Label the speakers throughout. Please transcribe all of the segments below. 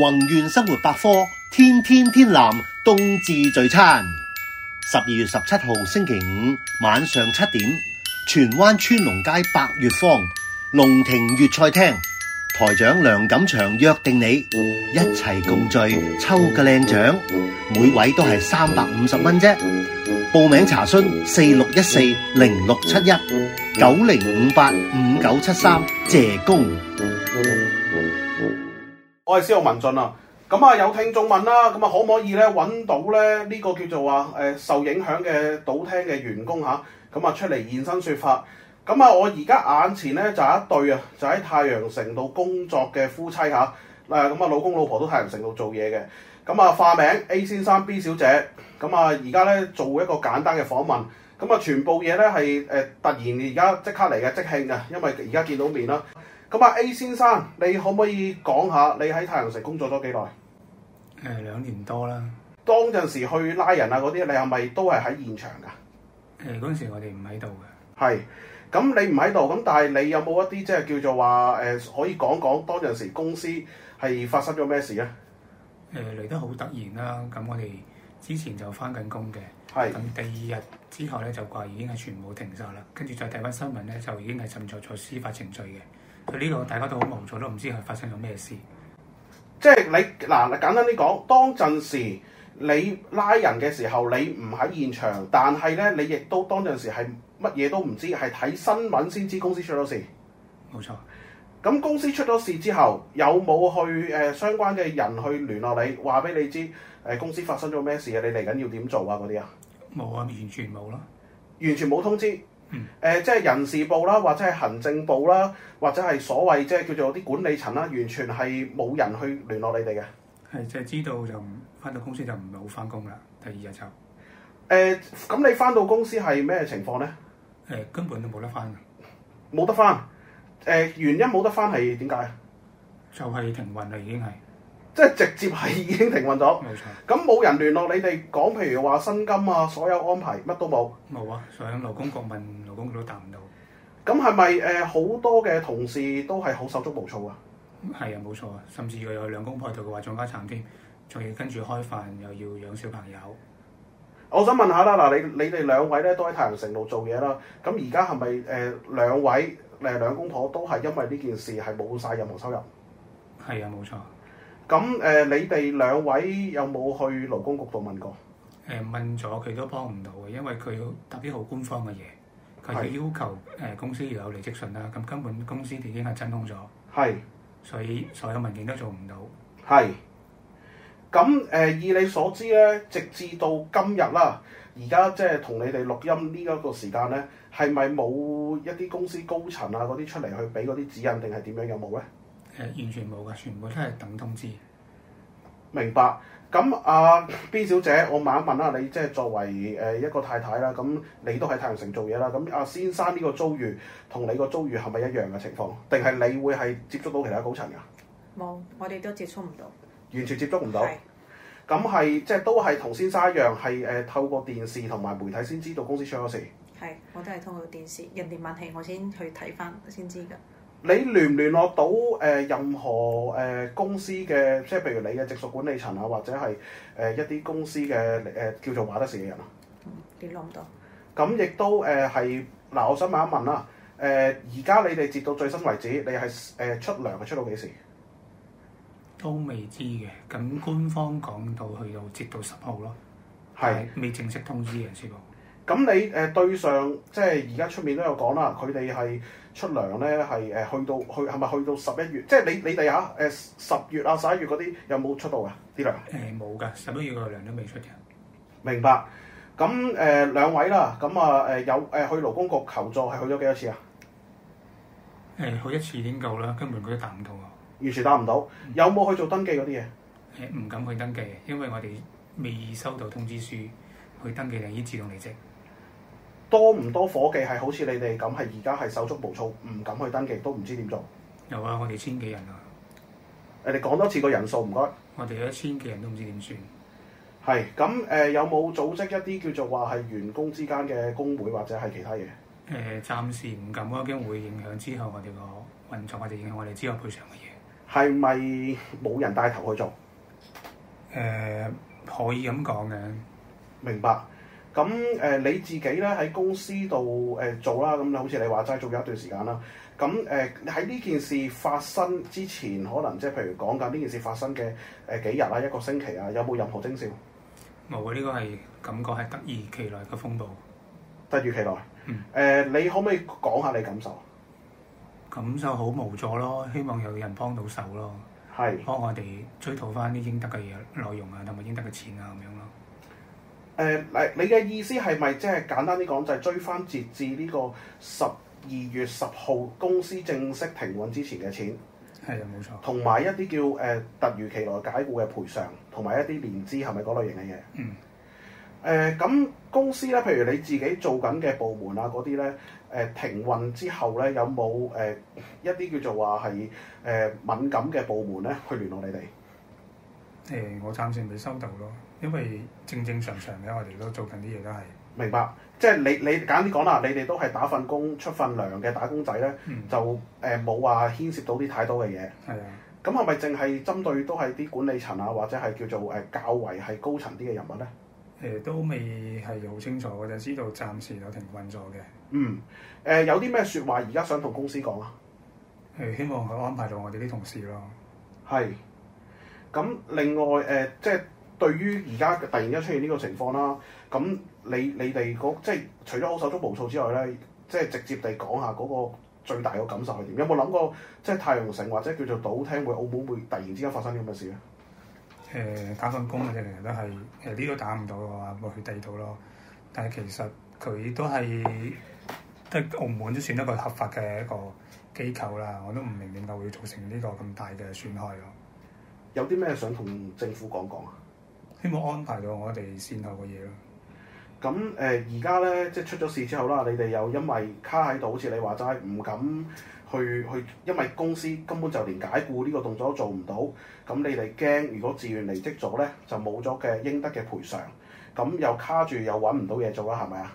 Speaker 1: 宏願生活百科天天天南冬至聚餐。十二月十七號星期五晚上七點，荃灣川龍街百月坊龍庭粵菜廳，台長梁錦祥約定你一齊共聚，抽個靚獎，每位都係三百五十蚊啫。報名查詢四六一四零六七一九零五八五九七三，謝工。
Speaker 2: 我係司徒文進啊。咁啊，有聽眾問啦，咁啊，可唔可以咧揾到咧呢個叫做話誒、呃受影響嘅賭廳嘅員工嚇，咁啊出嚟現身説法。咁啊，我而家眼前咧就有一對啊，就喺太陽城度工作嘅夫妻嚇，誒咁啊，老公老婆都太陽城度做嘢嘅。咁啊，化名 A 先生 B 小姐，咁啊，而家咧做一個簡單嘅訪問。咁啊，全部嘢咧係誒突然而家即刻嚟嘅即興嘅，因為而家見到面啦。咁啊，A 先生，你可唔可以講下你喺太陽城工作咗幾耐？
Speaker 3: 誒、呃兩年多啦。
Speaker 2: 當陣時去拉人啊嗰啲，你係咪都係喺現場㗎？
Speaker 3: 誒呃嗰陣時我哋唔喺度嘅，
Speaker 2: 係。咁你唔喺度，咁但係你有冇一啲即係叫做話誒、可以講講當陣時公司係發生咗咩事咧？啊
Speaker 3: 誒、呃嚟得好突然啦。咁我哋之前就翻緊工嘅，
Speaker 2: 係
Speaker 3: 咁第二日之後咧就話已經係全部停晒啦。跟住再睇翻新聞咧，就已經係進入咗司法程序嘅。佢呢個大家都好無助，都唔知係發生咗咩事。
Speaker 2: 即係你嗱簡單啲講，當陣時你拉人嘅時候，你唔喺現場，但係咧你亦都當陣時係乜嘢都唔知，係睇新聞先知公司出咗事。
Speaker 3: 冇錯，
Speaker 2: 咁公司出咗事之後，有冇去誒、呃相關嘅人去聯絡你，話俾你知誒、呃公司發生咗咩事啊？你嚟緊要點做啊？嗰啲啊，
Speaker 3: 冇啊，完全冇咯。
Speaker 2: 完全冇通知。誒、
Speaker 3: 嗯
Speaker 2: 即係人事部啦，或者係行政部啦，或者係所謂即係叫做啲管理層啦，完全係冇人去聯絡你哋嘅。誒、
Speaker 3: 係即係知道就唔翻到公司就唔好翻工啦。第二日就誒、
Speaker 2: 呃咁你翻到公司係咩情況呢？
Speaker 3: 呃根本都冇得翻，
Speaker 2: 冇得翻。誒、原因冇得翻係點解？啊
Speaker 3: 就係、停運啦，已經係
Speaker 2: 即係直接係已經停運咗。
Speaker 3: 冇錯，
Speaker 2: 咁冇人聯絡你哋講，譬如話薪金啊，所有安排乜都冇。
Speaker 3: 冇啊。上勞工局問勞工局都答唔到，
Speaker 2: 咁係咪誒好多嘅同事都係好手足無措啊？
Speaker 3: 係啊，冇錯啊，甚至佢有兩公婆喺度嘅話，仲加慘添，仲要跟住開飯，又要養小朋友。
Speaker 2: 我想問下啦，嗱，你你哋兩位咧都喺太陽城度做嘢啦，咁而家係咪誒兩位誒兩公婆都係因為呢件事係冇晒任何收入？
Speaker 3: 係啊，冇錯。
Speaker 2: 咁誒、呃你哋兩位有冇去勞工局度問過？
Speaker 3: 誒、問咗佢都幫唔到嘅，因為佢答啲好官方嘅嘢，佢要
Speaker 2: 係
Speaker 3: 要求誒、公司要有離職信啦，咁根本公司已經係真空咗，
Speaker 2: 係
Speaker 3: 所以所有文件都做唔到。
Speaker 2: 係。咁誒、呃以你所知咧，直至到今日啦，而家即係同你哋錄音呢一個時間咧，係咪冇一啲公司高層啊嗰啲出嚟去俾嗰啲指引，定係點樣有冇咧？
Speaker 3: 誒、完全冇㗎，全部都係等通知。
Speaker 2: 明白。咁啊 B 小姐，我問一問啦，你即係作為誒一個太太啦，咁你都喺太陽城做嘢啦，咁阿先生呢個遭遇同你個遭遇係咪一樣嘅情況？定係你會係接觸到其他高層㗎？
Speaker 4: 冇，我哋都接觸唔到。
Speaker 2: 完全接觸唔到，
Speaker 4: 係
Speaker 2: 咁係即係都係同先生一樣，係誒、呃透過電視同埋媒體先知道公司出咗事。
Speaker 4: 係，我都係通過電視，人哋問起我先去睇翻先知㗎。
Speaker 2: 你聯唔聯絡到誒、呃任何誒、呃公司嘅，即係譬如你嘅直屬管理層啊，或者係誒、呃一啲公司嘅誒、呃叫做話得事嘅人啊？
Speaker 4: 嗯聯絡唔到。
Speaker 2: 咁亦都誒係嗱，我想問一問啦，誒而家你哋截到最新為止，你係誒、呃出糧係出到幾時？
Speaker 3: 都未知嘅，咁官方講到去到接到十號咯，
Speaker 2: 係，
Speaker 3: 但未正式通知嘅師傅。
Speaker 2: 咁你誒、呃、對上即係而家出面都有講啦，佢哋係出糧咧係呃誒去到去係咪去到十一月？即係你你哋嚇誒十月啊十一月嗰啲有冇出到啊啲糧？
Speaker 3: 誒冇㗎，十一月個糧都未出嘅。
Speaker 2: 明白。咁誒、呃、兩位啦，咁啊誒有誒、呃去勞工局求助係去咗幾多次啊？
Speaker 3: 誒、呃去一次已經夠啦，根本佢都答唔到我。
Speaker 2: 完全答唔到，有冇去做登記嗰啲嘢？
Speaker 3: 誒、唔敢去登記，因為我哋未收到通知書，去登記就已經自動離職。
Speaker 2: 多唔多伙計係好似你哋咁係而家係手足無措，唔敢去登記，都唔知點做。
Speaker 3: 有啊，我哋千幾人啊，
Speaker 2: 誒，你講多次個人數唔該。
Speaker 3: 我哋有一千幾人都唔知點算。
Speaker 2: 係咁誒，有冇組織一啲叫做話係員工之間嘅工會或者係其他嘢？
Speaker 3: 誒、暫時唔敢啊，驚會影響之後我哋個運作，或者影響我哋之後賠償嘅嘢。
Speaker 2: 係咪冇人帶頭去做？
Speaker 3: 誒可以咁講嘅，
Speaker 2: 明白。咁誒、呃你自己咧喺公司度誒、呃做啦，咁好似你話齋做咗一段時間啦。咁誒喺呢件事發生之前，可能即係譬如講緊呢件事發生嘅誒、呃、幾日啊，一個星期啊，有冇任何徵兆？
Speaker 3: 冇啊！呢個係感覺係突如其來嘅風暴，
Speaker 2: 突如其來。誒、
Speaker 3: 嗯
Speaker 2: 你可唔可以講下你感受？
Speaker 3: 咁就好無助咯。希望有人幫到手咯，
Speaker 2: 係誒、
Speaker 3: 幫我哋追討翻啲應得嘅嘢內容啊，同埋應得嘅錢啊咁樣咯。
Speaker 2: 你你嘅意思係咪即係簡單啲講，就係追翻截至呢個十二月十號公司正式停運之前嘅錢？
Speaker 3: 係啊，冇錯。
Speaker 2: 同埋一啲叫誒、呃突如其來解僱嘅賠償，同埋一啲年資係咪嗰類型嘅嘢？
Speaker 3: 嗯。
Speaker 2: 誒咁、公司咧，譬如你自己做緊嘅部門啊嗰啲咧，誒、停運之後咧，有冇誒、呃一啲叫做話係誒敏感嘅部門咧去聯絡你哋？
Speaker 3: 誒、我暫時未收到咯，因為正正常常嘅，我哋都做緊啲嘢都係，
Speaker 2: 明白？即係你你簡單啲講啦，你哋都係打份工出份糧嘅打工仔咧，
Speaker 3: 嗯，
Speaker 2: 就誒冇話牽涉到啲太多嘅嘢。
Speaker 3: 係啊，
Speaker 2: 咁係咪淨係針對都係啲管理層啊，或者係叫做誒、呃較為係高層啲嘅人物咧？
Speaker 3: 誒、都未係好清楚嘅，就知道暫時有停運咗嘅，誒、
Speaker 2: 嗯，誒、有啲咩説話而家想同公司講啊？
Speaker 3: 希望佢安排到我哋啲同事咯，
Speaker 2: 係。咁另外誒、呃即係對於而家突然間出現呢個情況啦，咁你你哋嗰即係除咗好手足無措之外咧，即係直接地講下嗰個最大嘅感受係點？有冇諗過即係太陽城或者叫做賭廳會澳門會突然之間發生啲咁嘅事咧？
Speaker 3: 誒、打份工嘅成日都係誒呢度打唔到嘅話，咪去第二度咯，但係其實佢都係即係澳門都算一個合法嘅一個機構啦，我都唔明點解會造成呢個咁大嘅損害咯，
Speaker 2: 有啲咩想同政府講講啊？
Speaker 3: 希望安排到我哋善後嘅嘢咯。
Speaker 2: 咁誒而家咧，即係出咗事之後啦，你哋又因為卡喺度，好似你話齋唔敢去去，因為公司根本就連解僱呢個動作都做唔到，咁你哋驚如果自願離職咗咧，就冇咗嘅應得嘅賠償，咁又卡住又揾唔到嘢做啦，係咪啊？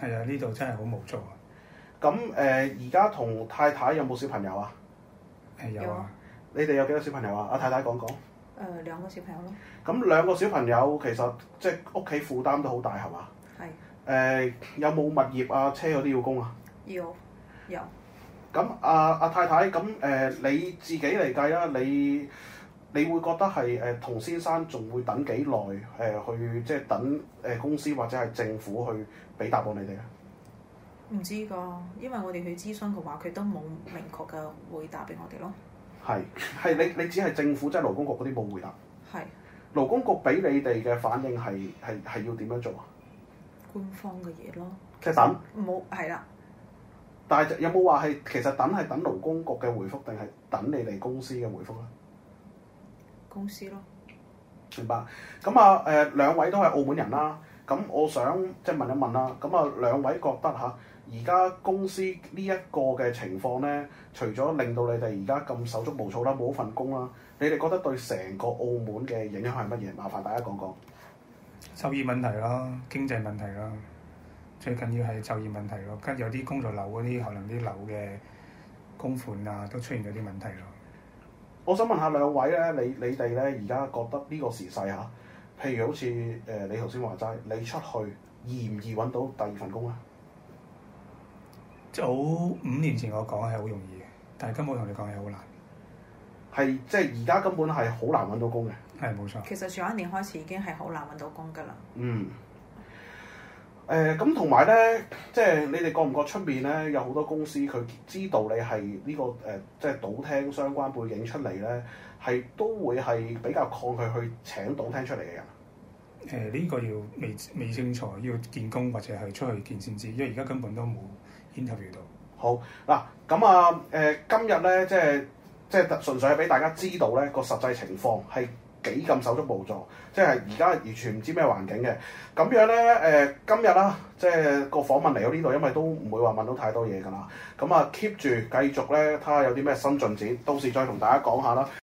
Speaker 3: 係啊，呢度真係好無助啊！
Speaker 2: 咁誒而家同太太有冇小朋友啊？
Speaker 3: 誒有
Speaker 4: 有
Speaker 3: 啊
Speaker 4: 啊。
Speaker 2: 你哋有幾多小朋友啊？阿太太講講。
Speaker 4: 誒兩個小朋友咯，
Speaker 2: 咁兩個小朋友其實即係屋企負擔都好大係嘛？
Speaker 4: 係
Speaker 2: 誒、有冇物業啊、車嗰啲要供啊？
Speaker 4: 要有
Speaker 2: 咁阿阿太太咁誒、呃你自己嚟計啦，你你會覺得係誒同先生仲會等幾耐誒去即係等誒、呃公司或者係政府去俾答案你哋啊？
Speaker 4: 唔知噶，因為我哋去諮詢嘅話，佢都冇明確嘅回答俾我哋咯。
Speaker 2: 係係你你只係政府即係勞工局嗰啲冇回答，
Speaker 4: 係
Speaker 2: 勞工局俾你哋嘅反應係係係要點樣做啊？
Speaker 4: 官方嘅嘢咯，
Speaker 2: 即係等，
Speaker 4: 冇係啦，
Speaker 2: 但係有冇話係其實等係等勞工局嘅回覆定係等你哋公司嘅回覆咧？啊
Speaker 4: 公司咯。
Speaker 2: 明白。咁啊誒兩位都係澳門人啦，咁我想即係問一問啦，咁啊兩位覺得嚇而家公司呢一個嘅情況咧，除咗令到你哋而家咁手足無措啦，冇份工啦，你哋覺得對成個澳門嘅影響係乜嘢？麻煩大家講講。
Speaker 3: 收益問題啦，經濟問題啦，最緊要係就業問題咯。跟有啲工作樓嗰啲，可能啲樓嘅供款啊，都出現咗啲問題咯。
Speaker 2: 我想問下兩位咧，你你哋咧而家覺得呢個時勢嚇，譬如好似誒、呃你頭先話齋，你出去易唔易揾到第二份工啊？
Speaker 3: 早五年前我講係好容易嘅，但係今日我同你講係好難，
Speaker 2: 係即係而家根本係好難揾到工嘅。
Speaker 3: 係冇錯。
Speaker 4: 其實上一年開始已經係好難揾到工㗎啦。
Speaker 2: 嗯。誒咁同埋咧，即係你哋覺唔覺出面咧有好多公司佢知道你係呢、個誒、即係賭廳相關背景出嚟咧，係都會係比較抗拒去請賭廳出嚟嘅人。
Speaker 3: 誒呢、個要未未清楚，要見工或者係出去見先知，因為而家根本都冇 interview 到。
Speaker 2: 好嗱，咁啊誒，今日咧即係即係純粹係俾大家知道咧個實際情況係幾咁手足無助，即係而家完全唔知咩環境嘅。咁樣咧誒、今日啦，即係個訪問嚟到呢度，因為都唔會話問到太多嘢㗎啦。咁啊，keep 住繼續咧，睇下有啲咩新進展，到時再同大家講下啦。